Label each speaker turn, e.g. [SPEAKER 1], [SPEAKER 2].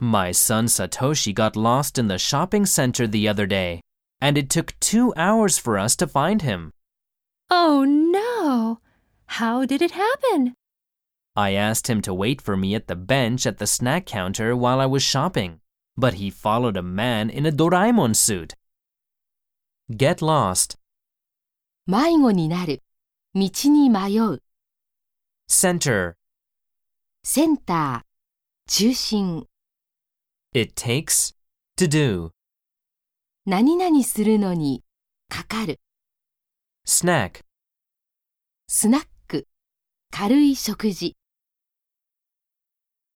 [SPEAKER 1] My son Satoshi got lost in the shopping center the other day, and it took two hours for us to find him.
[SPEAKER 2] Oh no! How did it happen?
[SPEAKER 1] I asked him to wait for me at the bench at the snack counter while I was shopping, but he followed a man in a Doraemon suit. Get lost.
[SPEAKER 3] 迷子になる。道に迷う。
[SPEAKER 1] Center.
[SPEAKER 3] センター。中心。
[SPEAKER 1] It takes. To do.
[SPEAKER 3] 何々するのに。かかる。
[SPEAKER 1] Snack.
[SPEAKER 3] スナック。軽い食事。